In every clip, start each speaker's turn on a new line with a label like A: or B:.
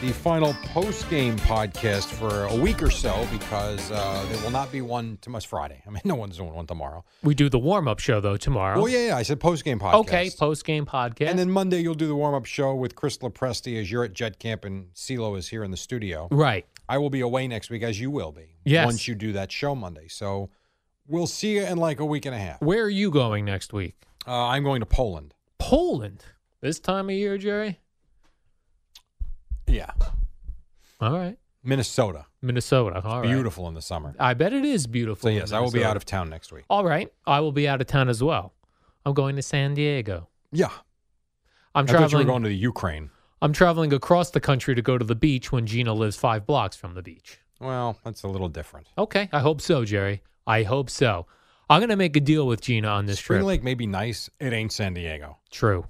A: the final post game podcast for a week or so because uh, there will not be one tomorrow. Friday. I mean, no one's doing one tomorrow.
B: We do the warm up show though tomorrow.
A: Oh yeah, yeah. I said post game podcast.
B: Okay, post game podcast.
A: and then Monday you'll do the warm up show with Chris Lepresti as you're at Jet Camp and CeeLo is here in the studio.
B: right.
A: I will be away next week as you will be.
B: Yes.
A: Once you do that show Monday, so we'll see you in like a week and a half.
B: Where are you going next week?
A: Uh, I'm going to Poland.
B: Poland. This time of year, Jerry.
A: Yeah,
B: All right.
A: Minnesota.
B: Minnesota. All right.
A: Beautiful in the summer.
B: I bet it is beautiful.
A: So
B: in
A: yes, I will be
B: Minnesota.
A: out of town next week.
B: All right. I will be out of town as well. I'm going to San Diego.
A: Yeah.
B: I'm
A: I thought you were
B: traveling.
A: going to the Ukraine.
B: I'm traveling across the country to go to the beach when Gina lives five blocks from the beach.
A: Well, that's a little different.
B: Okay. I hope so, Jerry. I hope so. I'm gonna make a deal with Gina on this
A: Spring
B: trip.
A: Lake may be nice. It ain't San Diego.
B: True.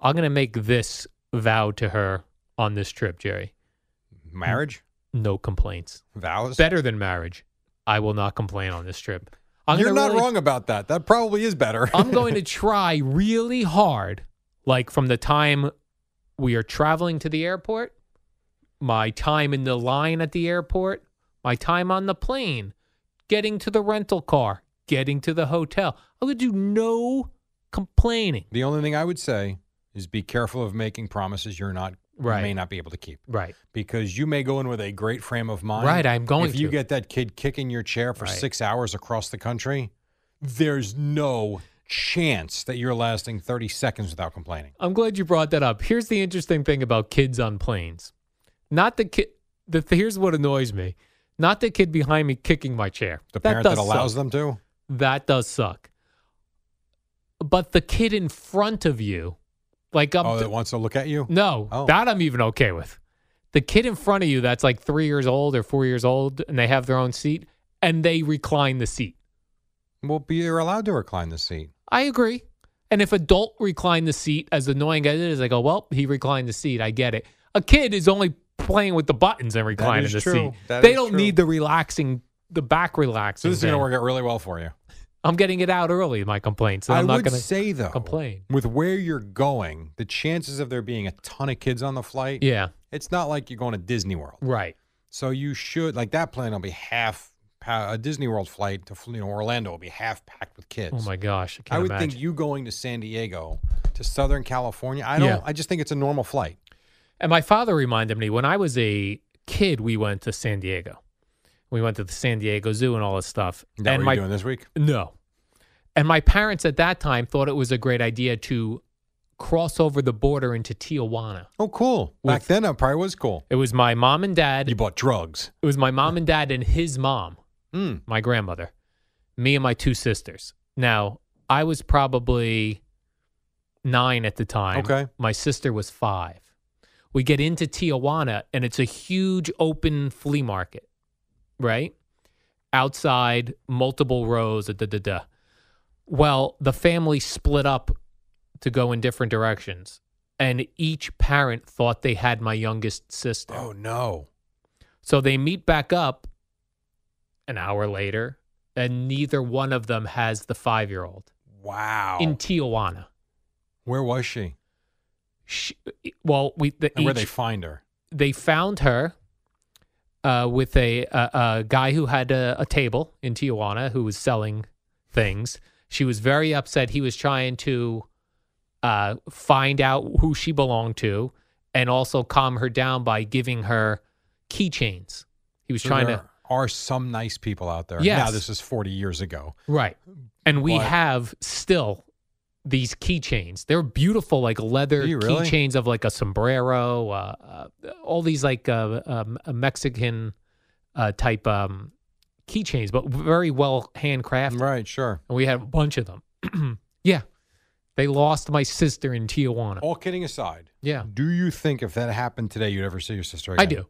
B: I'm going to make this vow to her on this trip, Jerry.
A: Marriage?
B: No complaints.
A: Vows?
B: Better than marriage. I will not complain on this trip. I'm
A: You're
B: gonna
A: not
B: really-
A: wrong about that. That probably is better.
B: I'm going to try really hard. Like from the time we are traveling to the airport, my time in the line at the airport, my time on the plane, getting to the rental car, getting to the hotel. I'm going to do no complaining.
A: the only thing I would say is be careful of making promises you're not
B: Right.
A: may not be able to keep
B: Right.
A: because you may go in with a great frame of mind.
B: Right, I'm going
A: If you
B: to.
A: get that kid kicking your chair for
B: Right.
A: 6 hours across the country, there's no chance that you're lasting 30 seconds without complaining.
B: I'm glad you brought that up. Here's the interesting thing about kids on planes. Not the kid. The th- here's what annoys me. Not the kid behind me kicking my chair.
A: The parent that,
B: does
A: allows
B: suck.
A: them to?
B: That does suck. But the kid in front of you, like up.
A: Oh,
B: to-
A: that wants to look at you?
B: no,
A: Oh.
B: that I'm even okay with. The kid in front of you that's like three years old or four years old, and they have their own seat, and they recline the seat.
A: Well, but you're allowed to recline the seat.
B: I agree. And if adult recline the seat, as annoying as it is, I go, well, he reclined the seat. I get it. A kid is only playing with the buttons and reclining
A: is
B: the
A: true.
B: seat.
A: That
B: they
A: is
B: don't
A: true.
B: need the relaxing, the back relaxing.
A: So this is going to
B: thing.
A: work out really well for you.
B: I'm getting it out early, my complaint. So
A: I
B: I'm not
A: would
B: going to
A: say though,
B: complain.
A: with where you're going, the chances of there being a ton of kids on the flight.
B: Yeah,
A: it's not like you're going to Disney World.
B: right.
A: So you should like that plane will be half pa- a Disney World flight to you know Orlando will be half packed with kids.
B: Oh my gosh. I,
A: I
B: can't
A: would
B: imagine.
A: think you going to San Diego to Southern California. I don't.
B: Yeah.
A: I just think it's a normal flight.
B: And my father reminded me when I was a kid, we went to San Diego. We went to the San Diego Zoo and all this stuff.
A: Is That
B: and
A: what
B: my
A: you're doing this week?
B: No. And my parents at that time thought it was a great idea to cross over the border into Tijuana.
A: Oh, cool. Back
B: With-
A: then, it probably was cool.
B: It was my mom and dad.
A: You bought drugs.
B: It was my mom and dad and his mom,
A: Mm.
B: my grandmother, me and my two sisters. Now, I was probably nine at the time.
A: Okay.
B: My sister was five. We get into Tijuana and it's a huge open flea market, right? Outside, multiple rows, da da da. da. Well, the family split up to go in different directions, and each parent thought they had my youngest sister.
A: Oh no.
B: So they meet back up an hour later, and neither one of them has the five year old
A: Wow.
B: in Tijuana.
A: Where was she?
B: She, well, we the,
A: And where they
B: each-
A: find her?
B: they found her uh, with a, a a guy who had a, a table in Tijuana who was selling things. She was very upset. He was trying to uh, find out who she belonged to and also calm her down by giving her keychains. He was
A: So
B: trying
A: there
B: to
A: Are some nice people out there? Now
B: Yes.
A: this is 40 years ago.
B: right, and we
A: But-
B: have still these keychains. They're beautiful, like leather
A: Do you really?
B: keychains of like a sombrero, uh, uh, all these like uh, um, uh, Mexican uh, type um, keychains, but very well handcrafted.
A: Right, sure.
B: And we had a bunch of them. yeah, they lost my sister in Tijuana.
A: All kidding aside,
B: yeah,
A: do you think if that happened today, you'd ever see your sister again?
B: I do.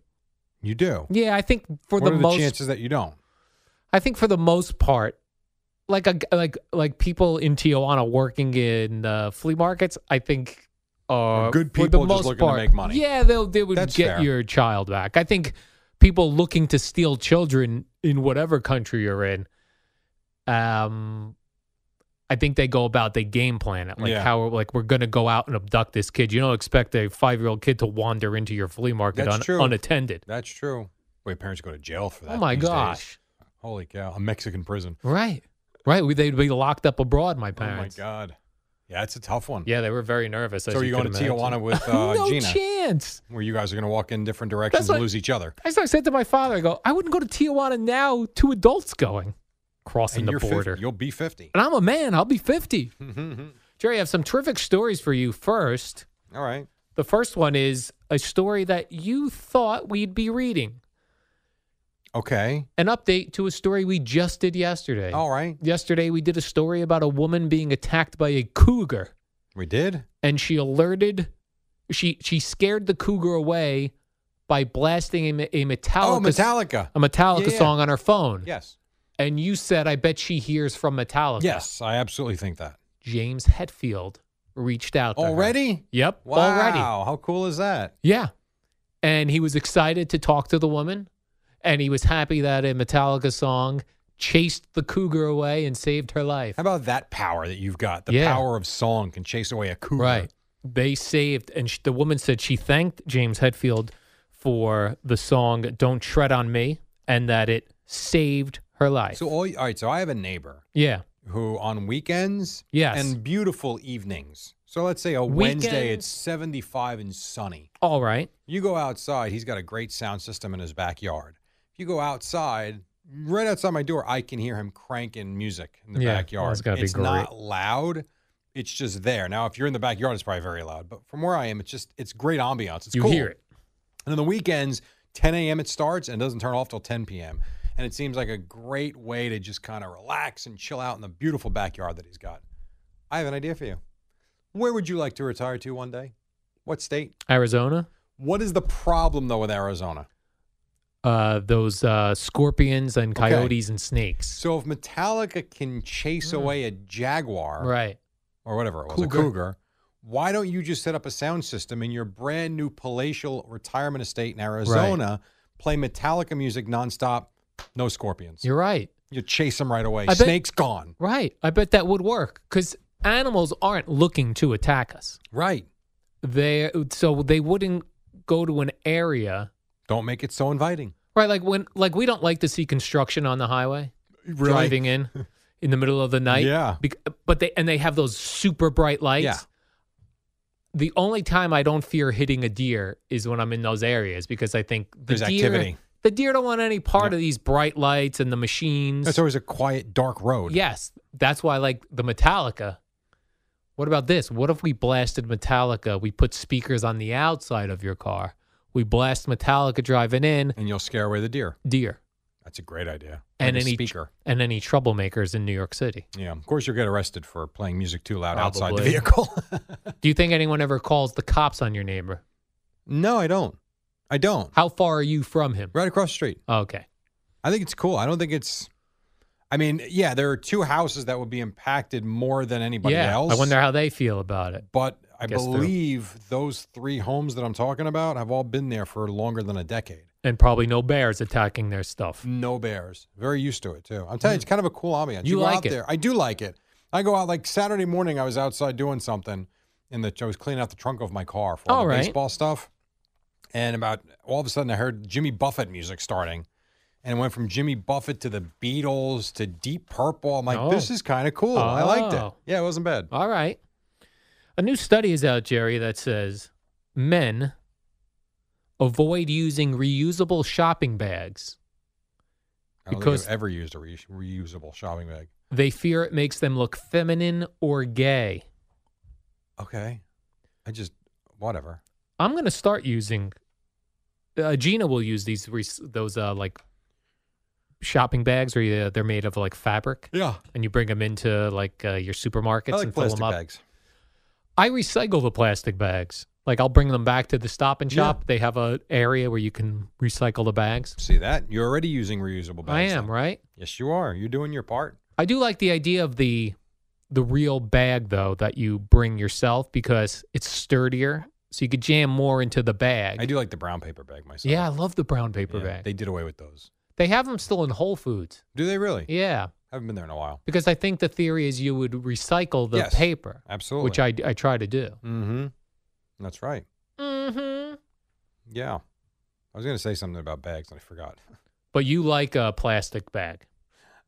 A: You do.
B: Yeah, I think for
A: what
B: the
A: are
B: most,
A: the chances that you don't?
B: I think for the most part, like a, like like people in Tijuana working in uh, flea markets, I think are
A: Good
B: for the
A: people just
B: most
A: looking to
B: part-
A: make money.
B: Yeah, they'll they would
A: That's
B: get
A: fair.
B: your child back. I think people looking to steal children in whatever country you're in, um, I think they go about they game plan it like
A: Yeah.
B: how like we're gonna go out and abduct this kid. You don't expect a five year old kid to wander into your flea market
A: That's
B: un-
A: true.
B: unattended.
A: That's true. Wait, parents go to jail for that.
B: Oh my
A: these days.
B: gosh!
A: Holy cow. A Mexican prison.
B: Right, right. We, they'd be locked up abroad. My parents.
A: Oh my God. Yeah, it's a tough one.
B: Yeah, they were very nervous.
A: So are you going to Tijuana with uh,
B: no
A: Gina,
B: chance.
A: where you guys are going to walk in different directions
B: what-
A: and lose each other?
B: As I said to my father, I go, I wouldn't go to Tijuana now. Two adults going crossing
A: and
B: the
A: you're
B: border,
A: 50, you'll be 50.
B: and I'm a man. I'll be fifty. Jerry, I have some terrific stories for you. First,
A: All right.
B: the first one is a story that you thought we'd be reading.
A: Okay.
B: An update to a story we just did yesterday.
A: All right.
B: Yesterday, we did a story about a woman being attacked by a cougar.
A: We did.
B: and she alerted she she scared the cougar away by blasting a, me- a Metallica
A: Oh, Metallica.
B: a Metallica
A: Yeah, yeah.
B: song on her phone.
A: Yes.
B: And you said I bet she hears from Metallica.
A: Yes. I absolutely think that.
B: James Hetfield reached out to her.
A: Already?
B: Yep,
A: Wow.
B: already.
A: How cool is that?
B: Yeah. And he was excited to talk to the woman and he was happy that a Metallica song chased the cougar away and saved her life.
A: How about that power that you've got? The
B: Yeah.
A: power of song can chase away a cougar.
B: Right. They saved, and sh- the woman said she thanked James Hetfield for the song "Don't Tread on Me" and that it saved her life.
A: So all, all right. So I have a neighbor
B: yeah,
A: who on weekends
B: Yes.
A: and beautiful evenings. So let's say a Wednesday it's 75 and sunny.
B: all right.
A: You go outside, he's got a great sound system in his backyard. If you go outside, right outside my door, I can hear him cranking music in the
B: Yeah, well,
A: backyard.
B: it's gotta be
A: it's not loud. It's just there. Now, if you're in the backyard, it's probably very loud. But from where I am, it's just it's great ambiance. It's
B: you
A: cool.
B: hear it.
A: And on the weekends, 10 a.m. it starts and doesn't turn off till 10 p.m. And it seems like a great way to just kind of relax and chill out in the beautiful backyard that he's got. I have an idea for you. Where would you like to retire to one day? What state?
B: Arizona,
A: What is the problem though with Arizona?
B: uh, those uh, scorpions and
A: Okay.
B: coyotes and snakes.
A: So if Metallica can chase away a jaguar
B: Mm. Right.
A: or whatever it was,
B: Cougar.
A: a cougar, why don't you just set up a sound system in your brand new palatial retirement estate in Arizona, play Metallica music nonstop, no scorpions.
B: You're right.
A: You chase them right away.
B: I bet-
A: Snake's gone.
B: Right. I bet that would work because animals aren't looking to attack us.
A: Right.
B: They so they wouldn't go to an area.
A: Don't make it so inviting.
B: Right, like when like we don't like to see construction on the highway. driving in in the middle of the night.
A: Yeah.
B: Bec- but they and they have those super bright lights.
A: Yeah.
B: The only time I don't fear hitting a deer is when I'm in those areas because I think the
A: There's
B: deer
A: activity.
B: the deer don't want any part of these bright lights and the machines.
A: That's always a quiet, dark road.
B: yes, that's why I like the Metallica. What about this? What if we blasted Metallica? We put speakers on the outside of your car. We blast Metallica driving in,
A: And you'll scare away the deer.
B: deer,
A: That's a great idea.
B: and
A: Like a
B: any
A: speaker.
B: and any troublemakers in New York City.
A: Yeah. Of course, you'll get arrested for playing music too loud outside the
B: Probably.
A: vehicle.
B: Do you think anyone ever calls the cops on your neighbor?
A: no, I don't. I don't.
B: How far are you from him?
A: Right across the street.
B: Okay.
A: I think it's cool. I don't think it's. I mean, yeah, there are two houses that would be impacted more than anybody
B: yeah.
A: else.
B: I wonder how they feel about it.
A: But I
B: Guess they're-
A: believe those three homes that I'm talking about have all been there for longer than a decade.
B: and probably no bears attacking their stuff.
A: No bears. Very used to it too. I'm telling you, it's kind of a cool ambiance.
B: Hmm. You
A: go
B: like
A: out
B: it.
A: there. I do like it. I go out like Saturday morning. I was outside doing something, and the I was cleaning out the trunk of my car for all
B: All
A: the
B: right.
A: baseball stuff. And about all of a sudden, I heard Jimmy Buffett music starting, and it went from Jimmy Buffett to the Beatles to Deep Purple. I'm like,
B: Oh.
A: this is kind of cool. I liked it.
B: Oh.
A: Yeah, it wasn't bad.
B: All right. A new study is out, Jerry, that says men avoid using reusable shopping bags.
A: I don't
B: Because-
A: think I've ever used a reu- reusable shopping bag.
B: They fear it makes them look feminine or gay.
A: Okay, I just whatever.
B: I'm going to start using. Uh, Gina will use these re- those uh, like shopping bags, or uh, they're made of like fabric,
A: Yeah,
B: and you bring them into like uh, your supermarkets
A: I like
B: and fill
A: plastic
B: them up.
A: bags.
B: I recycle the plastic bags. Like I'll bring them back to the Stop and
A: Yeah.
B: Shop. They have a area where you can recycle the bags.
A: See that? You're already using reusable bags.
B: I am
A: then.
B: right.
A: Yes, you are. You're doing your part.
B: I do like the idea of the the real bag though that you bring yourself because it's sturdier, so you could jam more into the bag.
A: I do like the brown paper bag myself.
B: Yeah, I love the brown paper
A: Yeah,
B: bag.
A: They
B: They,
A: did away with those.
B: have them still in Whole Foods.
A: Do they really?
B: Yeah,
A: Haven't been there in a while.
B: because I think the theory is you would recycle the
A: Yes,
B: paper,
A: Absolutely.
B: which I, I try to do.
A: Mm-hmm. That's right.
B: Mm-hmm.
A: Yeah. I was going to say something about bags and I forgot.
B: But you like a plastic bag.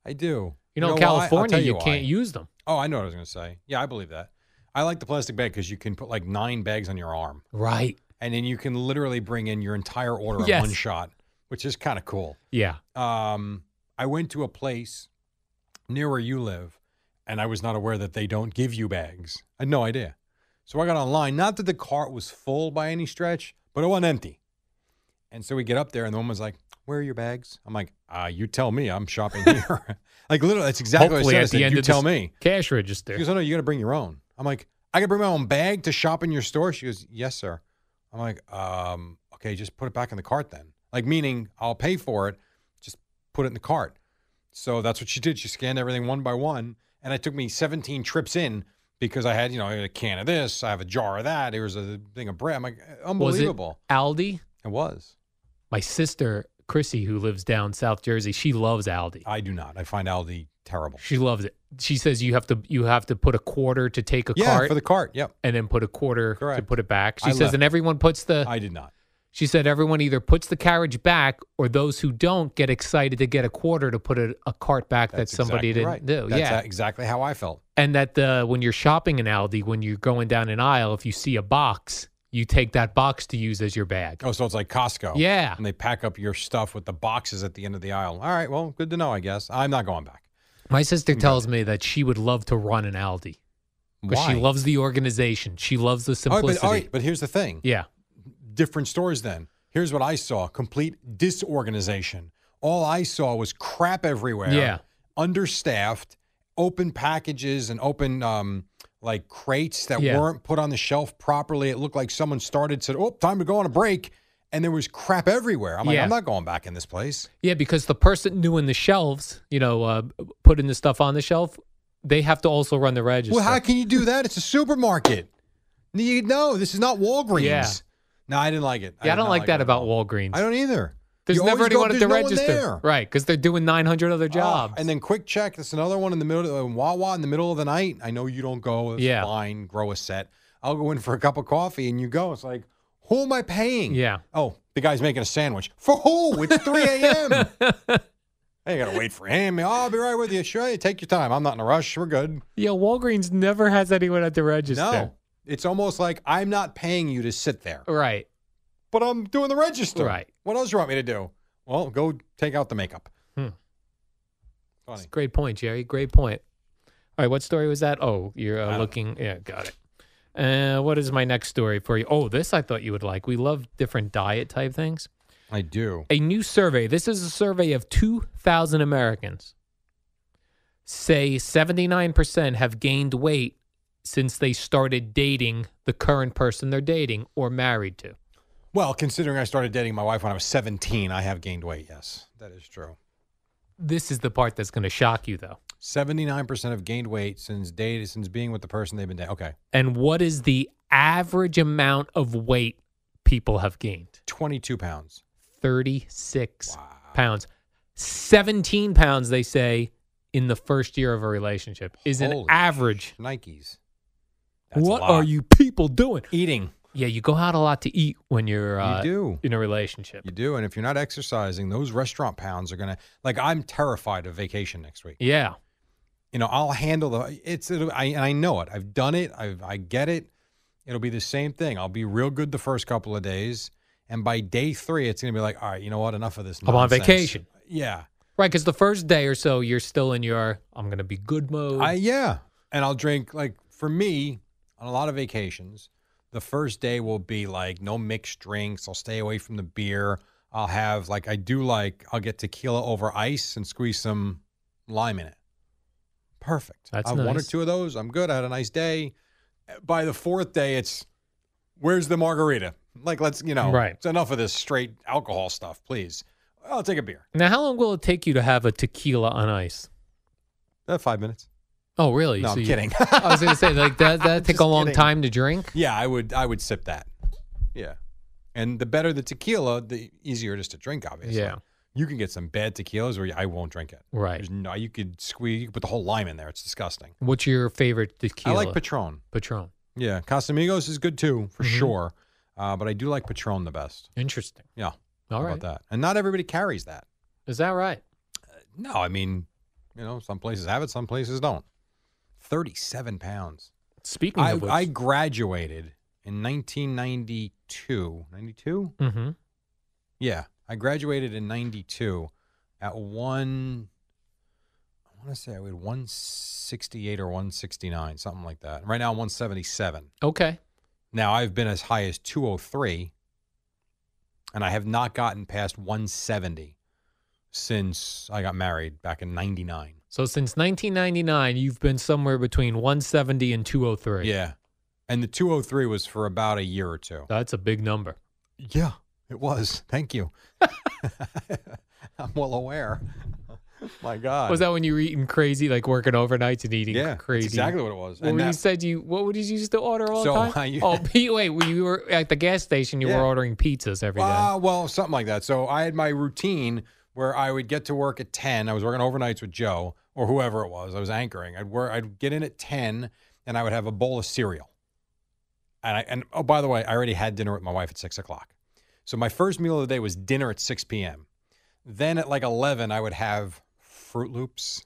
A: I do.
B: You know, in
A: why? I'll
B: California,
A: tell
B: you,
A: why.
B: can't use them.
A: Oh, I know what I was going to say. Yeah, I believe that. I like the plastic bag because you can put like nine bags on your arm,
B: Right.
A: and then you can literally bring in your entire order in
B: Yes.
A: one shot, which is kind of cool.
B: Yeah.
A: um, I went to a place near where you live, and I was not aware that they don't give you bags. I had no idea. So I got online. Not that the cart was full by any stretch, but it wasn't empty. And so we get up there, and the woman's like, "Where are your bags?" I'm like, uh, "You tell me. I'm shopping here." like literally, that's exactly
B: Hopefully,
A: what I said. I
B: at
A: said,
B: the end
A: "You
B: of
A: tell
B: this
A: me."
B: cash register.
A: She goes, "Oh no, you got to bring your own." I'm like, "I can bring my own bag to shop in your store." She goes, "Yes, sir." I'm like, um, "Okay, just put it back in the cart then." Like meaning I'll pay for it, just put it in the cart. So that's what she did. She scanned everything one by one, and it took me 17 trips in because I had, you know, I had a can of this, I have a jar of that. There was a thing of bread. I'm like, "Uh, unbelievable.
B: Aldi.
A: it? was.
B: My sister Chrissy, who lives down South Jersey, she loves Aldi.
A: I do not. I find Aldi terrible.
B: She loves it. She says you have to you have to put a quarter to take a
A: yeah,
B: cart
A: for the cart. Yep,
B: and then put a quarter to
A: Correct.
B: put it back. She
A: I
B: says
A: left
B: and everyone puts the
A: I did not.
B: she said everyone either puts the carriage back or those who don't get excited to get a quarter to put a, a cart back that somebody
A: exactly
B: didn't
A: right.
B: do.
A: That's
B: yeah.
A: exactly how I felt.
B: and that the when you're shopping in Aldi, when you're going down an aisle, if you see a box, you take that box to use as your bag.
A: Oh, so it's like Costco.
B: Yeah.
A: And they pack up your stuff with the boxes at the end of the aisle. All right. Well, good to know, I guess. I'm not going back.
B: My sister tells me that she would love to run an Aldi because
A: Why?
B: she loves the organization. She loves the
A: All right,
B: simplicity.
A: but, all right, but here's the thing
B: Yeah.
A: different stores then. Here's what I saw complete disorganization. All I saw was crap everywhere.
B: Yeah.
A: Understaffed, open packages and open um, like crates that
B: Yeah.
A: weren't put on the shelf properly. It looked like someone started, said, Oh, time to go on a break. And there was crap everywhere. I'm like,
B: Yeah.
A: I'm not going back in this place.
B: Yeah, because the person doing the shelves, you know, uh, putting the stuff on the shelf, they have to also run the register.
A: Well, how can you do that? It's a supermarket. You- No, this is not Walgreens.
B: Yeah.
A: No, I didn't like it.
B: yeah, I
A: did
B: don't
A: not
B: like that
A: it at
B: about
A: all.
B: Walgreens.
A: I don't either.
B: there's
A: You always
B: never
A: go-
B: anyone at the
A: there's no one
B: register.
A: there.
B: Right, because they're doing 900 other
A: Ah,
B: jobs.
A: and then quick check. That's another one in the middle. Of, Wawa in the middle of the night. I know you don't go. That's
B: Yeah.
A: Fine. Grow a set. I'll go in for a cup of coffee, and you go. It's like, who am I paying?
B: Yeah.
A: Oh, the guy's making a sandwich. For who? It's 3 a.m. I ain't gotta wait for him. Oh, I'll be right with you. Sure, you take your time. I'm not in a rush. We're good.
B: yeah, Walgreens never has anyone at the register.
A: no, it's almost like I'm not paying you to sit there.
B: Right.
A: but I'm doing the register.
B: Right.
A: What else you want me to do? Well, go take out the makeup.
B: Hmm.
A: Funny.
B: Great point, Jerry. Great point. All right, what story was that? Oh, you're uh, looking. Yeah, got it. Uh, what is my next story for you? Oh, this I thought you would like. We love different diet type things.
A: I do.
B: a new survey. This is a survey of 2,000 Americans. Say 79% have gained weight since they started dating the current person they're dating or married to.
A: Well, considering I started dating my wife when I was 17, I have gained weight. Yes, that is true.
B: This is the part that's going to shock you, though.
A: 79% have gained weight since dated, since being with the person they've been dating. Okay,
B: And what is the average amount of weight people have gained?
A: 22 pounds.
B: 36 pounds. 17 pounds, they say, in the first year of a relationship is an
A: Holy
B: average.
A: Nikes. That's a
B: What
A: lot.
B: are you people doing?
A: eating?
B: Yeah, you go out a lot to eat when you're uh,
A: do.
B: in a relationship.
A: You do, and if you're not exercising, those restaurant pounds are gonna. Like, I'm terrified of vacation next week.
B: Yeah.
A: You know, I'll handle the. It's. It'll, I and I know it. I've done it. I've. I get it. It'll be the same thing. I'll be real good the first couple of days, and by day three, it's gonna be like, all right, you know what? Enough of this.
B: I'm on
A: nonsense."
B: vacation.
A: Yeah.
B: Right, because the first day or so, you're still in your I'm going to be good mode.
A: I yeah, and I'll drink like for me on a lot of vacations. The first day will be like no mixed drinks. I'll stay away from the beer. I'll have like I do like I'll get tequila over ice and squeeze some lime in it. Perfect.
B: That's
A: I've one or
B: nice.
A: two of those. I'm good. I had a nice day. By the fourth day, it's where's the margarita? Like let's you know
B: Right.
A: It's enough of this straight alcohol stuff, please. I'll take a beer.
B: now, how long will it take you to have a tequila on ice?
A: Uh, five minutes.
B: Oh, really?
A: No,
B: So
A: I'm
B: you-
A: kidding.
B: I was going to say, like, that, that take a
A: Just
B: long
A: kidding.
B: time to drink?
A: Yeah, I would I would sip that. Yeah. And the better the tequila, the easier it is to drink, obviously.
B: Yeah.
A: You can get some bad tequilas where I won't drink it.
B: Right.
A: There's no you could squeeze you could put the whole lime in there. It's disgusting.
B: What's your favorite tequila?
A: I like Patron.
B: Patron.
A: Yeah. Casamigos is good too, for
B: Mm-hmm.
A: sure. Uh, but I do like Patron the best.
B: Interesting.
A: Yeah.
B: All
A: how
B: right.
A: about that. And not everybody carries that.
B: Is that right?
A: No, I mean, you know, some places have it, some places don't. Thirty seven pounds.
B: Speaking
A: I,
B: of which,
A: I graduated in 1992. 92?
B: hmm
A: Yeah, I graduated in '92 at one. I want to say I weighed 168 or 169, something like that. Right now, I'm 177.
B: Okay.
A: Now I've been as high as 203, and I have not gotten past 170 since I got married back in '99.
B: So since 1999, you've been somewhere between 170 and 203.
A: Yeah, and the 203 was for about a year or two.
B: That's a big number.
A: Yeah, it was. Thank you. I'm well aware. My God.
B: Was that when you were eating crazy, like working overnights and eating
A: yeah, that's
B: crazy?
A: exactly what it was.
B: Well,
A: And
B: you
A: that-
B: said you what did you used to order all
A: So,
B: the time?
A: I u-
B: oh, P- wait, well, you were at the gas station. You
A: Yeah.
B: were ordering pizzas every day.
A: Ah, well, something like that. So I had my routine where I would get to work at ten. I was working overnights with Joe or whoever it was. I was anchoring. I'd work. I'd get in at ten, and I would have a bowl of cereal. And I and oh, by the way, I already had dinner with my wife at six o'clock. So my first meal of the day was dinner at six p.m. Then at like eleven, I would have Fruit Loops,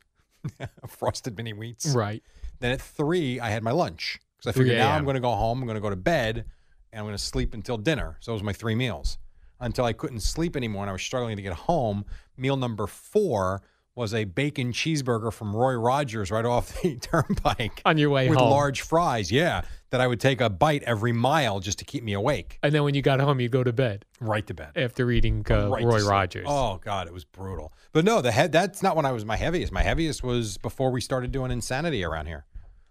A: frosted mini wheats.
B: right.
A: Then at three, I had my lunch because I
B: 3
A: figured now I'm
B: a.m..
A: going to go home, I'm going to go to bed, and I'm going to sleep until dinner. So it was my three meals until I couldn't sleep anymore and I was struggling to get home. Meal number four was a bacon cheeseburger from Roy Rogers right off the turnpike
B: On your way
A: with
B: home.
A: large fries. Yeah, that I would take a bite every mile just to keep me awake.
B: and then when you got home, you go to bed
A: Right to bed.
B: after eating uh,
A: Right to
B: Roy
A: sleep.
B: Rogers.
A: Oh God, it was brutal. But no, the head. That's not when I was my heaviest. My heaviest was before we started doing insanity around here.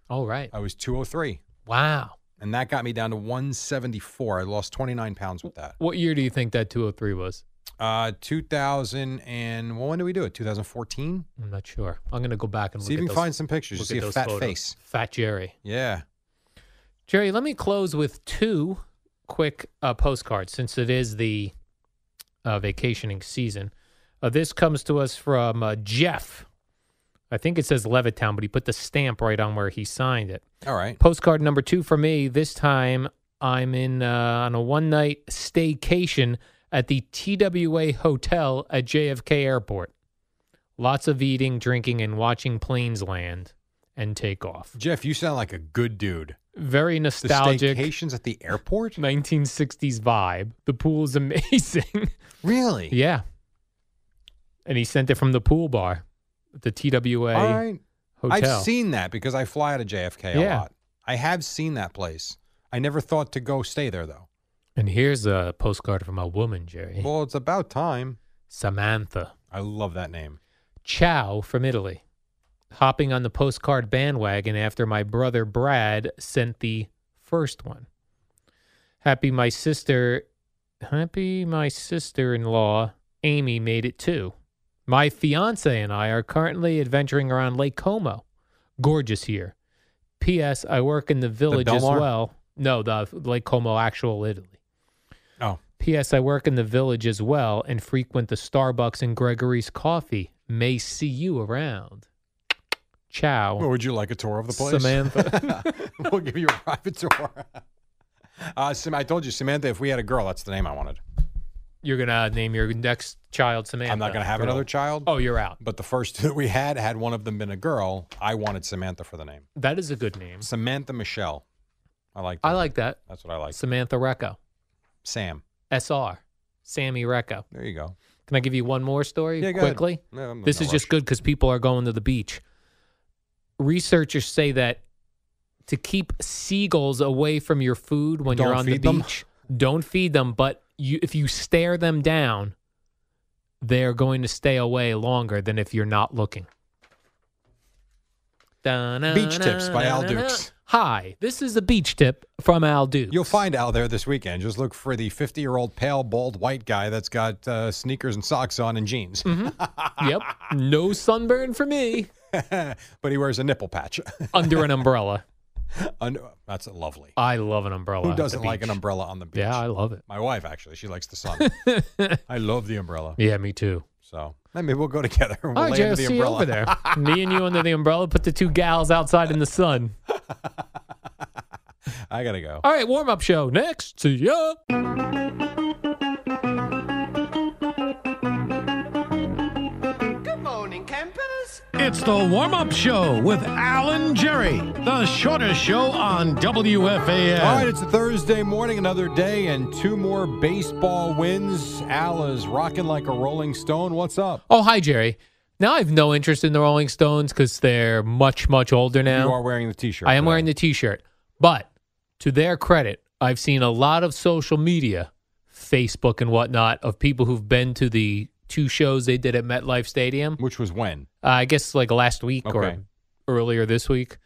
B: All right.
A: I was two hundred three
B: Wow.
A: and that got me down to 174. I lost 29 pounds with that.
B: What year do you think that 203 was?
A: Uh, 2000 and well, when did we do it? 2014.
B: I'm not sure. I'm gonna go back and look
A: See if
B: at
A: you can
B: those-
A: find some pictures. You
B: look
A: see
B: at
A: a
B: those
A: fat
B: photos.
A: face.
B: Fat Jerry.
A: Yeah,
B: Jerry, let me close with two quick uh, postcards since it is the uh, vacationing season. Uh, this comes to us from uh, Jeff. I think it says Levittown, but he put the stamp right on where he signed it.
A: all right.
B: Postcard number two for me. This time I'm in uh, on a one night staycation at the TWA Hotel at JFK Airport. Lots of eating, drinking, and watching planes land and take off.
A: Jeff, you sound like a good dude.
B: Very
A: The
B: nostalgic.
A: staycations at the airport,
B: 1960s vibe. The pool's amazing.
A: really?
B: yeah. And he sent it from the pool bar at the TWA
A: all right.
B: hotel.
A: I've seen that because I fly out of JFK a
B: Yeah.
A: lot. I have seen that place. I never thought to go stay there though.
B: and here's a postcard from a woman, Jerry.
A: Well, it's about time.
B: Samantha.
A: I love that name.
B: Ciao from Italy. Hopping on the postcard bandwagon after my brother Brad sent the first one. Happy my sister happy my sister-in-law Amy made it too. My fiance and I are currently adventuring around Lake Como. Gorgeous here. P.S. I work in the village as
A: Belmar?
B: well. No, the Lake Como actual Italy.
A: Oh,
B: P.S. I work in the village as well and frequent the Starbucks and Gregory's Coffee. May see you around.
A: Or
B: Ciao,
A: would you like a tour of the place?
B: Samantha.
A: we'll give you a private tour. Uh, Sam, I told you, Samantha, if we had a girl, that's the name I wanted.
B: You're gonna uh, name your next child Samantha.
A: I'm not going to have
B: Girl.
A: another child.
B: Oh, you're out.
A: But the first two that we had, had one of them been a girl, I wanted Samantha for the name.
B: That is a good name.
A: Samantha Michelle. I like that.
B: I like that.
A: That's what I like.
B: Samantha Recco.
A: Sam.
B: SR. Sammy Recco.
A: There you go.
B: Can I give you one more story
A: Yeah, go ahead.
B: quickly?
A: No, I'm in
B: This
A: no
B: is just
A: rush.
B: good because people are going to the beach. Researchers say that to keep seagulls away from your food when you're
A: Don't
B: on the
A: feed them?
B: beach, don't feed them. But you, if you stare them down, they're going to stay away longer than if you're not looking.
A: Beach tips by Al Dukes.
B: Hi, this is a beach tip from Al Dukes.
A: You'll find Al there this weekend. Just look for the 50 year old pale, bald, white guy that's got uh, sneakers and socks on and jeans.
B: Yep, no sunburn for me Mm-hmm.
A: but he wears a nipple patch.
B: under an umbrella.
A: Un- that's lovely.
B: I love an umbrella.
A: Who
B: at the
A: doesn't like an
B: beach.
A: umbrella on the beach?
B: Yeah, I love it.
A: My wife, actually, she likes the sun. I love the umbrella.
B: Yeah, me too.
A: So maybe we'll go together. and We'll
B: All right,
A: lay
B: Joe,
A: under the
B: see you
A: umbrella.
B: over there. Me and you under the umbrella. Put the two gals outside in the sun.
A: I got to go.
B: All right, warm up show next. See ya.
C: It's the warm up show with Alan Jerry, the shortest show on WFAN.
A: All right, it's a Thursday morning, another day, and two more baseball wins. Al is rocking like a Rolling Stone. What's up?
B: Oh, hi, Jerry. Now I have no interest in the Rolling Stones because they're much, much older now.
A: You are wearing the T-shirt.
B: I am
A: today.
B: wearing the T-shirt, but to their credit, I've seen a lot of social media, Facebook and whatnot, of people who've been to the two shows they did at MetLife Stadium.
A: Which was when?
B: uh, I guess like last week
A: Okay.
B: or earlier this week,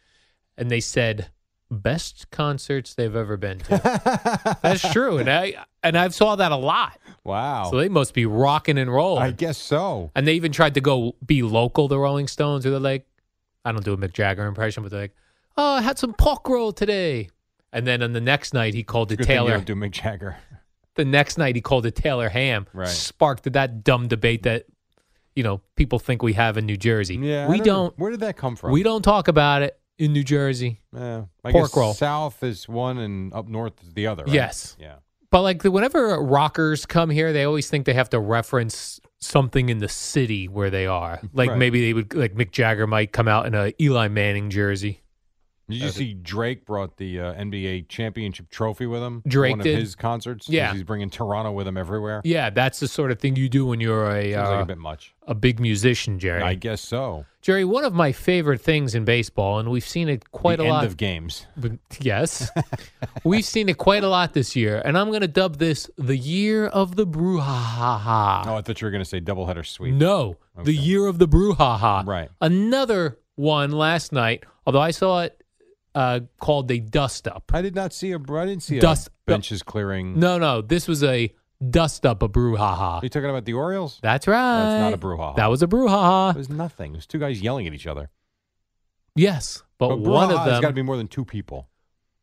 B: and they said best concerts they've ever been to. That's true, and I and I've saw that a lot.
A: Wow.
B: So they must be rocking and rolling.
A: Oh. I guess so.
B: and they even tried to go be local, the Rolling Stones, or they're like, I don't do a Mick Jagger impression, but they're like, oh, I had some pork roll today. And then on the next night, he called it
A: Good
B: Taylor.
A: thing you don't do Mick Jagger.
B: the next night, he called it Taylor Ham.
A: Right.
B: Sparked that dumb debate that you know people think we have in New Jersey.
A: Yeah, I
B: we
A: don't know.
B: don't
A: Where did that come from?
B: we don't talk about it in New Jersey.
A: Yeah. I
B: Pork
A: guess
B: roll.
A: South is one, and up north is the other. Right?
B: Yes.
A: Yeah.
B: But like the, whenever rockers come here, they always think they have to reference something in the city where they are. Like
A: Right.
B: maybe they would like Mick Jagger might come out in a Eli Manning jersey.
A: Did you see Drake brought the uh, NBA championship trophy with him? to
B: Drake
A: one of
B: did?
A: his concerts. 'Cause
B: Yeah.
A: he's bringing Toronto with him everywhere.
B: Yeah, that's the sort of thing you do when you're a
A: Seems
B: uh,
A: like a bit much.
B: a big musician, Jerry.
A: I guess so.
B: Jerry, one of my favorite things in baseball, and we've seen it quite
A: the
B: a
A: end
B: lot.
A: of games.
B: But- yes, we've seen it quite a lot this year, and I'm going to dub this the year of the brouhaha.
A: Oh, I thought you were going to say doubleheader sweep.
B: Ah. No, the year of the brouhaha.
A: Right.
B: Another one last night, although I saw it uh, called a dust up.
A: I did not see a. br- I didn't see
B: Dust-
A: a benches clearing.
B: No, no, this was a dust up, a brouhaha.
A: Are you talking about the Orioles?
B: That's right.
A: That's not a brouhaha.
B: That was a
A: It
B: brouhaha.
A: was nothing. It was two guys yelling at each other.
B: Yes, but,
A: But
B: one
A: brouhaha
B: of
A: has
B: them.
A: got to be more than two people.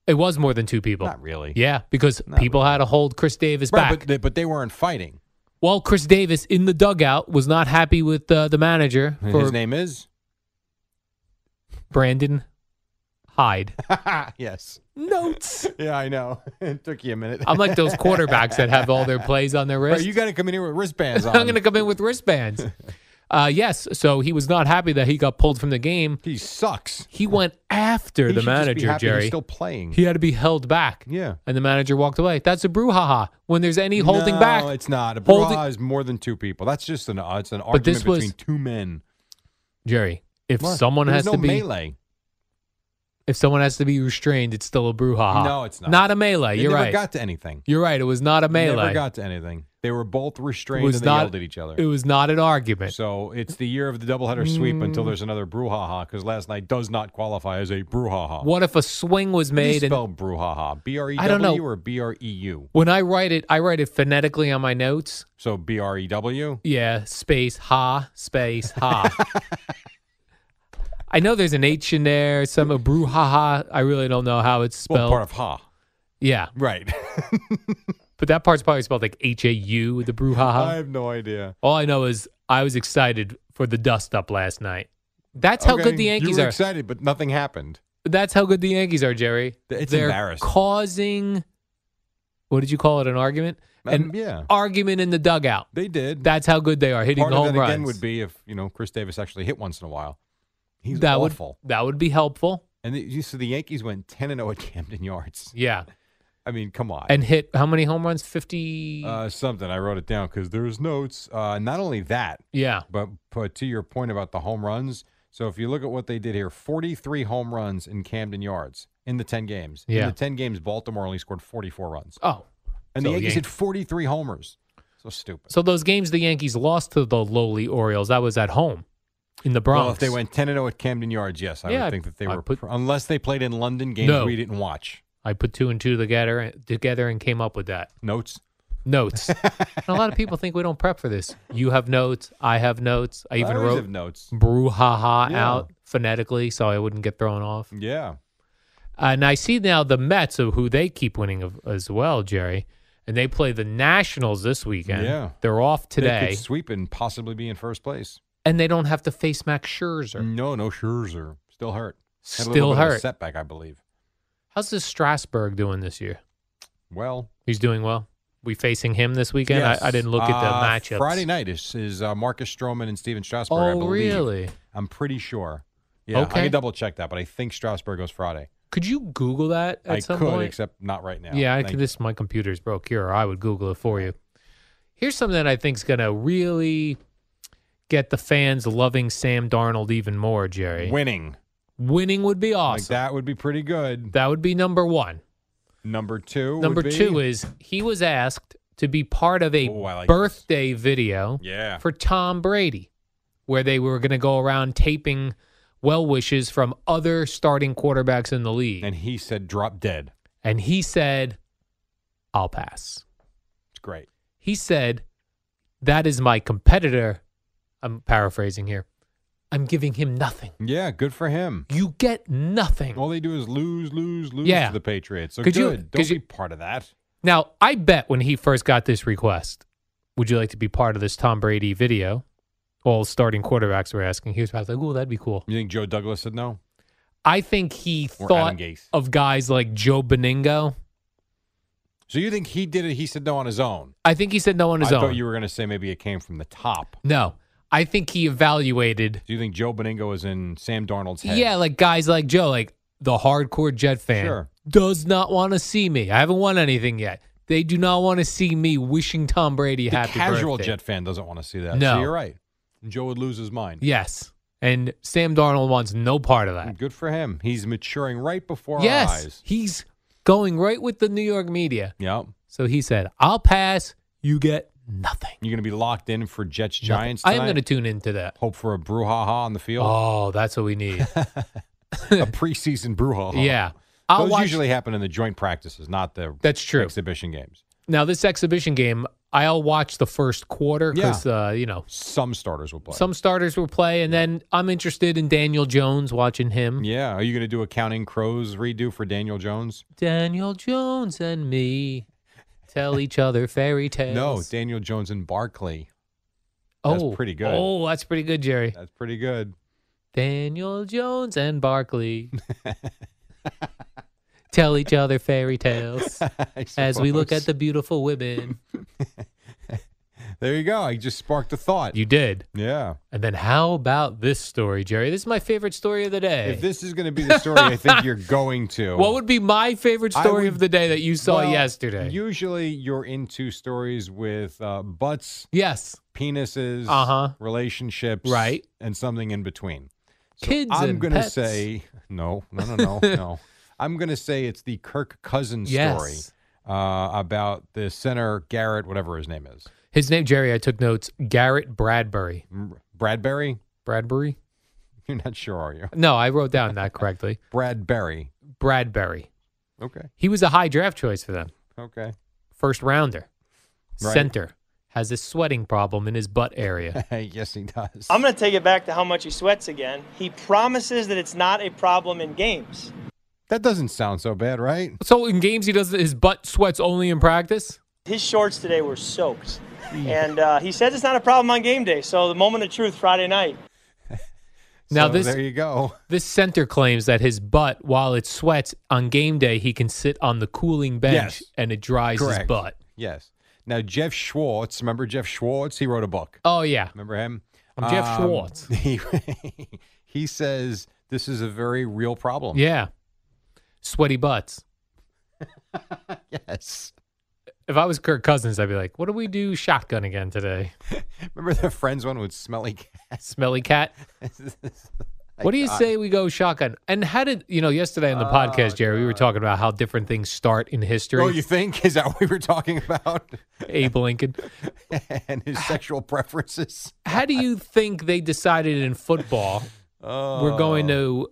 B: it was more than two people.
A: Not really.
B: Yeah, because
A: Not
B: people had to hold Chris Davis
A: Right,
B: back.
A: but they, but they weren't fighting.
B: While Chris Davis in the dugout was not happy with uh, the manager
A: And
B: for
A: His name is.
B: Brandon Hyde.
A: yes.
B: Notes.
A: Yeah, I know. it took you a minute.
B: I'm like those quarterbacks that have all their plays on their
A: Right,
B: wrist.
A: you got to come in here with wristbands on.
B: I'm going to come in with wristbands. Uh, yes, so he was not happy that he got pulled from the game.
A: He sucks.
B: He went after
A: He
B: the
A: should just be
B: manager,
A: happy
B: Jerry.
A: He's still playing.
B: he had to be held back.
A: Yeah.
B: And the manager walked away. That's a brouhaha. When there's any holding
A: no,
B: back,
A: it's not. A
B: Holding-
A: brouhaha is more than two people. That's just an. Uh, it's an
B: But
A: argument
B: this was-
A: between two men.
B: Jerry, if
A: What?
B: someone
A: There
B: has
A: was
B: to
A: no
B: be
A: melee.
B: if someone has to be restrained, it's still a brouhaha.
A: No, it's not.
B: Not a melee.
A: They
B: You're
A: never
B: right.
A: got to anything.
B: You're right. It was not a
A: They
B: melee.
A: Never got to anything. They were both
B: it
A: restrained
B: was
A: and they
B: not
A: yelled at each other.
B: It was Mm. not an argument.
A: So it's the year of the doubleheader sweep until there's another brouhaha because last night does not qualify as a brouhaha.
B: What if a swing was
A: How do you
B: made and
A: spell brouhaha? B R E
B: I don't know.
A: W or B R E U?
B: when I write it, I write it phonetically on my notes.
A: So B R E W.
B: Yeah, space ha space ha. I know there's an H in there, some a brouhaha. I really don't know how it's
A: Well,
B: spelled.
A: part of ha.
B: yeah,
A: Right.
B: But that part's probably spelled like H A U, the
A: I
B: brouhaha.
A: have no idea.
B: All I know is I was excited for the dust up last night. That's how
A: Okay,
B: good the Yankees
A: you were
B: are.
A: excited, but nothing happened.
B: That's how good the Yankees are, Jerry.
A: It's
B: They're
A: embarrassing.
B: causing what did you call it? An argument?
A: Um,
B: An
A: yeah.
B: argument in the dugout.
A: They did.
B: That's how good they are hitting
A: Part
B: the
A: of
B: home
A: that
B: runs.
A: again would be if you know Chris Davis actually hit once in a while. He's
B: that
A: awful.
B: would that would be helpful.
A: And the, you- so the Yankees went ten and zero at Camden Yards.
B: Yeah,
A: I mean, come on.
B: and hit how many home runs? Fifty.
A: uh, something I wrote it down because there's notes. Uh, not only that,
B: yeah,
A: but but to your point about the home runs. So if you look at what they did here, 43 home runs in Camden Yards in the 10 games.
B: Yeah.
A: In the 10 games, Baltimore only scored 44 runs,
B: Oh,
A: and
B: So
A: the Yankees
B: Yan-
A: hit 43 homers. So stupid.
B: so those games the Yankees lost to the lowly Orioles. That was at home in the Bronx.
A: Well, if they went 10 and 0 at Camden Yards, yes, I
B: Yeah,
A: would think that they
B: I
A: were.
B: put-
A: unless they played in London games
B: No.
A: we didn't watch.
B: I put two and two together uh, together and came up with that
A: Notes.
B: notes. and a lot of people think we don't prep for this. You have notes. I have notes. I even
A: always
B: wrote
A: have notes.
B: brouhaha
A: Yeah.
B: out phonetically so I wouldn't get thrown off.
A: Yeah.
B: And I see now the Mets, of who they keep winning of, as well, Jerry, and they play the Nationals this weekend.
A: Yeah.
B: They're off
A: They
B: today,
A: could sweep and possibly be in first place.
B: and they don't have to face Max Scherzer.
A: No, no, Scherzer. Still hurt. Had a
B: Still
A: little bit Of a
B: hurt.
A: setback, I believe.
B: How's this Strasburg doing this year?
A: Well,
B: He's doing well. We facing him this weekend.
A: Yes.
B: I, I didn't look at the
A: Uh,
B: matchups.
A: Friday night is, is uh, Marcus Stroman and Steven Strasburg. I
B: Oh,
A: believe.
B: really?
A: I'm pretty sure. Yeah,
B: Okay.
A: I can double check that, but I think Strasburg goes Friday.
B: Could you Google that at
A: I
B: some
A: could,
B: point?
A: except not right now.
B: Yeah, I
A: Thank
B: could, this my computer's broke here. Or I would Google it for you. Here's something that I think's gonna really get the fans loving Sam Darnold even more,
A: you.
B: Jerry.
A: winning.
B: Winning would be
A: Like
B: awesome.
A: that would be pretty good.
B: that would be number one.
A: Number two.
B: Number
A: would be-
B: two is he was asked to be part of a
A: Ooh, I like this.
B: birthday video
A: yeah.
B: for Tom Brady, where they were going to go around taping well wishes from other starting quarterbacks in the league.
A: and he said drop dead.
B: And he said, I'll pass.
A: It's great.
B: He said, That is my competitor. I'm paraphrasing here. I'm giving him nothing.
A: Yeah, good for him.
B: You get nothing.
A: All they do is lose, lose, lose
B: Yeah.
A: to the Patriots. So
B: Could you-
A: good.
B: could
A: Don't
B: you-
A: be part of that.
B: Now, I bet when he first got this request, would you like to be part of this Tom Brady video? All starting quarterbacks were asking. He was probably like, "Oh, that'd be cool."
A: You think Joe Douglas said no?
B: I think he
A: Or Adam
B: thought
A: Gase.
B: of guys like Joe Beningo.
A: So you think he did it? He said no on his own.
B: I think he said no on his
A: I
B: own.
A: thought you were going to say maybe it came from the top.
B: no, I think he evaluated.
A: Do you think Joe Beningo is in Sam Darnold's head?
B: Yeah, like guys like Joe, like the hardcore Jet fan,
A: Sure.
B: does not want to see me. I haven't won anything yet. They do not want to see me wishing Tom Brady
A: the
B: happy
A: casual
B: birthday.
A: Jet fan doesn't want to see that.
B: No.
A: so you're right. Joe would lose his mind.
B: Yes, and Sam Darnold wants no part of that.
A: Good for him. He's maturing right before our
B: yes,
A: eyes.
B: he's going right with the New York media.
A: Yep.
B: So he said, "I'll pass. You get nothing."
A: You're going to be locked in for Jets
B: Nothing.
A: Giants.
B: I am going to tune into that.
A: hope for a brouhaha on the field.
B: Oh, that's what we need.
A: a preseason brouhaha.
B: Oh. yeah, I'll
A: Those
B: watch.
A: usually happen in the joint practices, not the
B: that's true.
A: exhibition games.
B: Now this exhibition game, I'll watch the first quarter because uh, you know
A: Some starters will play.
B: some starters will play, and then I'm interested in Daniel Jones watching him.
A: Yeah. Are you going to do a Counting Crows redo for Daniel Jones?
B: Daniel Jones and me tell each other fairy tales.
A: No, Daniel Jones and Barkley.
B: oh,
A: that's pretty good.
B: Oh, that's pretty good, Jerry.
A: That's pretty good.
B: Daniel Jones and Barkley tell each other fairy tales
A: I
B: as we look
A: suppose.
B: at the beautiful women.
A: There you go. I just sparked a thought.
B: You did.
A: yeah.
B: And then how about this story, Jerry? This is my favorite story of the day.
A: If this is going to be the story, I think you're going to.
B: What would be my favorite
A: I
B: story
A: would-
B: of the day that you saw
A: Well,
B: yesterday?
A: Usually, you're into stories with uh, butts,
B: yes,
A: penises,
B: Uh-huh.
A: relationships,
B: Right.
A: and something in between. So
B: Kids
A: I'm
B: and
A: gonna
B: pets.
A: say no, no, no, no, no. I'm going to say it's the Kirk Cousins story
B: yes.
A: uh, about the center Garrett, whatever his name is,
B: His name, Jerry. I took notes. Garrett Bradbury.
A: M- Bradbury.
B: Bradbury?
A: You're not sure, are you?
B: No, I wrote down that correctly.
A: Bradbury.
B: Bradbury.
A: Okay.
B: He was a high draft choice for them.
A: Okay.
B: First rounder.
A: Right.
B: Center. Has a sweating problem in his butt area.
A: yes, he does.
D: I'm going to take it back to how much he sweats again. He promises that it's not a problem in games.
A: That doesn't sound so bad, right?
B: so in games he does his butt sweats only in practice?
D: His shorts today were soaked. And uh, he says it's not a problem on game day. So the moment of truth Friday night.
B: Now
A: So
B: this-
A: there you go.
B: This center claims that his butt, while it sweats on game day, he can sit on the cooling bench
A: Yes.
B: and it dries his
A: Correct.
B: butt.
A: Yes. Now Jeff Schwartz, remember Jeff Schwartz? He wrote a book.
B: Oh yeah,
A: Remember him?
B: I'm Jeff
A: Um,
B: Schwartz.
A: He, he says this is a very real problem.
B: yeah, sweaty butts.
A: Yes.
B: If I was Kirk Cousins, I'd be like, "What do we do shotgun again today?
A: Remember the friends one with smelly cats?
B: Smelly cat." What do you say we go shotgun? And how did you know yesterday on the podcast, Jerry? We were talking about how different things start in history.
A: Oh, you think? Is that what we were talking about?
B: Abe Lincoln.
A: and his sexual preferences.
B: How do you think they decided in football
A: Oh.
B: we're going to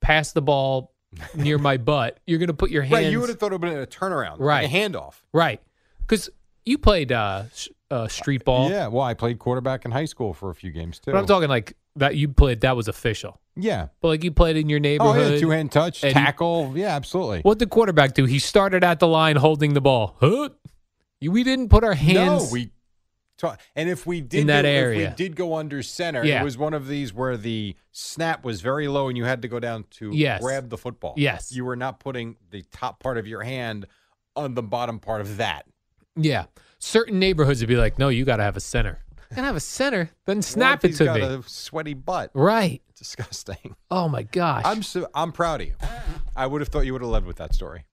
B: pass the ball near my butt? You're going to put your hands
A: Right, you would have thought it would have been a turnaround,
B: Right.
A: Like a handoff.
B: Right. Because you played uh, s- uh, street ball.
A: Yeah, well, I played quarterback in high school for a few games too.
B: But I'm talking like that you played, that was official.
A: yeah,
B: But like you played in your
A: oh
B: neighborhood.
A: yeah, two hand touch,
B: and-
A: tackle, yeah, absolutely.
B: What did the quarterback do? He started at the line holding the ball. Huh? You- We didn't put our hands.
A: No, we. ta- and if we did
B: In that
A: go-
B: area.
A: if we did go under center,
B: Yeah.
A: it was one of these where the snap was very low, and you had to go down to
B: Yes.
A: grab the football.
B: Yes.
A: you were not putting the top part of your hand on the bottom part of that.
B: Yeah. Certain neighborhoods would be like, no, you got to have a center. Gotta have a center. Then snap
A: What if
B: it to
A: he's
B: me.
A: got a sweaty butt.
B: Right.
A: Disgusting.
B: Oh my gosh.
A: I'm so, I'm proud of you. I would have thought you would have led with that story.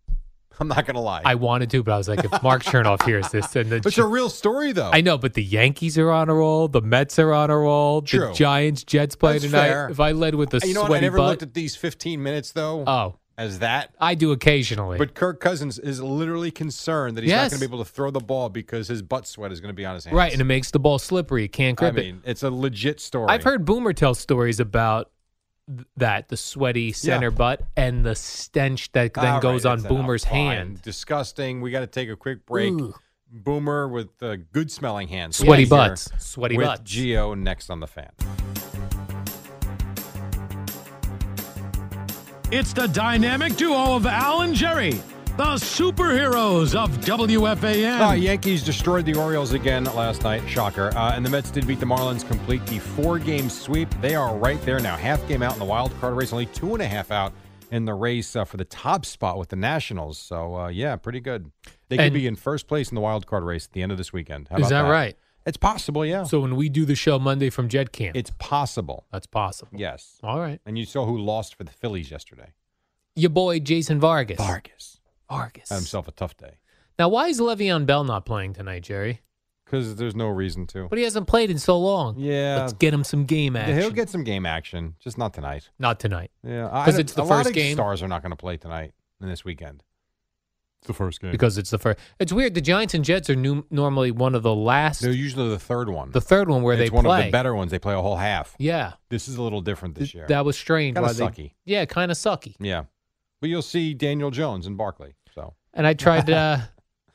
A: I'm not gonna lie.
B: I wanted to, but I was like, if Mark Chernoff hears this, then the
A: But it's a real story, though.
B: I know, but the Yankees are on a roll. The Mets are on a roll. The
A: True.
B: Giants, Jets play
A: That's
B: tonight.
A: fair.
B: If I led with a
A: You know what? I
B: sweaty
A: never
B: butt,
A: looked at these 15 minutes, though,
B: oh,
A: as that.
B: I do occasionally.
A: But Kirk Cousins is literally concerned that he's
B: Yes.
A: not going to be able to throw the ball because his butt sweat is going to be on his hands.
B: right, and it makes the ball slippery. It can't
A: I
B: grip it.
A: mean, it's a legit story.
B: I've heard Boomer tell stories about th- that the sweaty center butt and the stench that then
A: All
B: goes
A: Ah, right,
B: on
A: that's enough.
B: Boomer's
A: Fine.
B: hand.
A: Disgusting. We got to take a quick break. Boomer with uh, good smelling hands.
B: Sweaty
A: We'll be here
B: butts. Sweaty
A: with
B: butts.
A: Geo next on the fan.
C: It's the dynamic duo of Al and Jerry, the superheroes of WFAN.
A: Uh, Yankees destroyed the Orioles again last night. Shocker. Uh, and the Mets did beat the Marlins, complete the four-game sweep. They are right there now, half game out in the wild card race, only two and a half out in the race uh, for the top spot with the Nationals. So uh, yeah, pretty good. They could
B: And-
A: be in first place in the wild card race at the end of this weekend. How
B: Is
A: about
B: that right?
A: It's possible. Yeah,
B: So when we do the show Monday from Jet Camp,
A: it's possible.
B: that's possible.
A: Yes.
B: All right.
A: And you saw who lost for the Phillies yesterday.
B: Your boy Jason Vargas.
A: Vargas
B: Vargas.
A: had himself a tough day
B: Now, why is Le'Veon Bell not playing tonight, Jerry?
A: because there's no reason to.
B: But he hasn't played in so long.
A: Yeah.
B: Let's get him some game
A: Yeah,
B: action.
A: He'll get some game action, just not tonight.
B: Not tonight.
A: Yeah, I-
B: 'Cause
A: I-
B: it's the
A: a lot
B: first
A: of
B: game.
A: Stars are not going to play tonight and this weekend. It's the first game.
B: Because it's the first. It's weird. The Giants and Jets are new, normally one of the last,
A: they're usually the third one.
B: the third one where
A: it's
B: they
A: one
B: play.
A: of the better ones. They play a whole half.
B: yeah.
A: This is a little different this
B: Th-
A: year.
B: That was strange.
A: Kinda
B: why they-
A: sucky.
B: yeah, kind of sucky.
A: yeah, but you'll see Daniel Jones and Barkley. So
B: And I tried. Uh,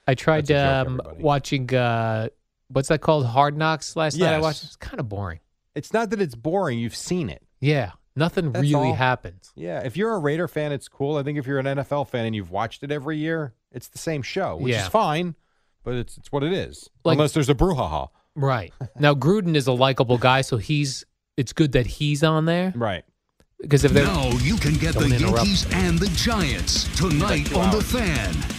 B: I tried
A: That's a joke,
B: um,
A: everybody.
B: watching. Uh, what's that called? Hard Knocks. Last night I
A: Yes.
B: watched. It's kind of boring.
A: it's not that it's boring. You've seen it.
B: Yeah. Nothing
A: That's
B: really
A: all.
B: happens.
A: Yeah, if you're a Raider fan, it's cool. I think if you're an NFL fan and you've watched it every year, it's the same show, which
B: Yeah.
A: is fine. But it's it's what it is.
B: Like-
A: Unless there's a brouhaha,
B: Right. Now Gruden is a likable guy, so he's. It's good that he's on there
A: right?
B: because if they're
C: Now you can get
B: Don't
C: the
B: interrupt.
C: Yankees and the Giants tonight on the fan.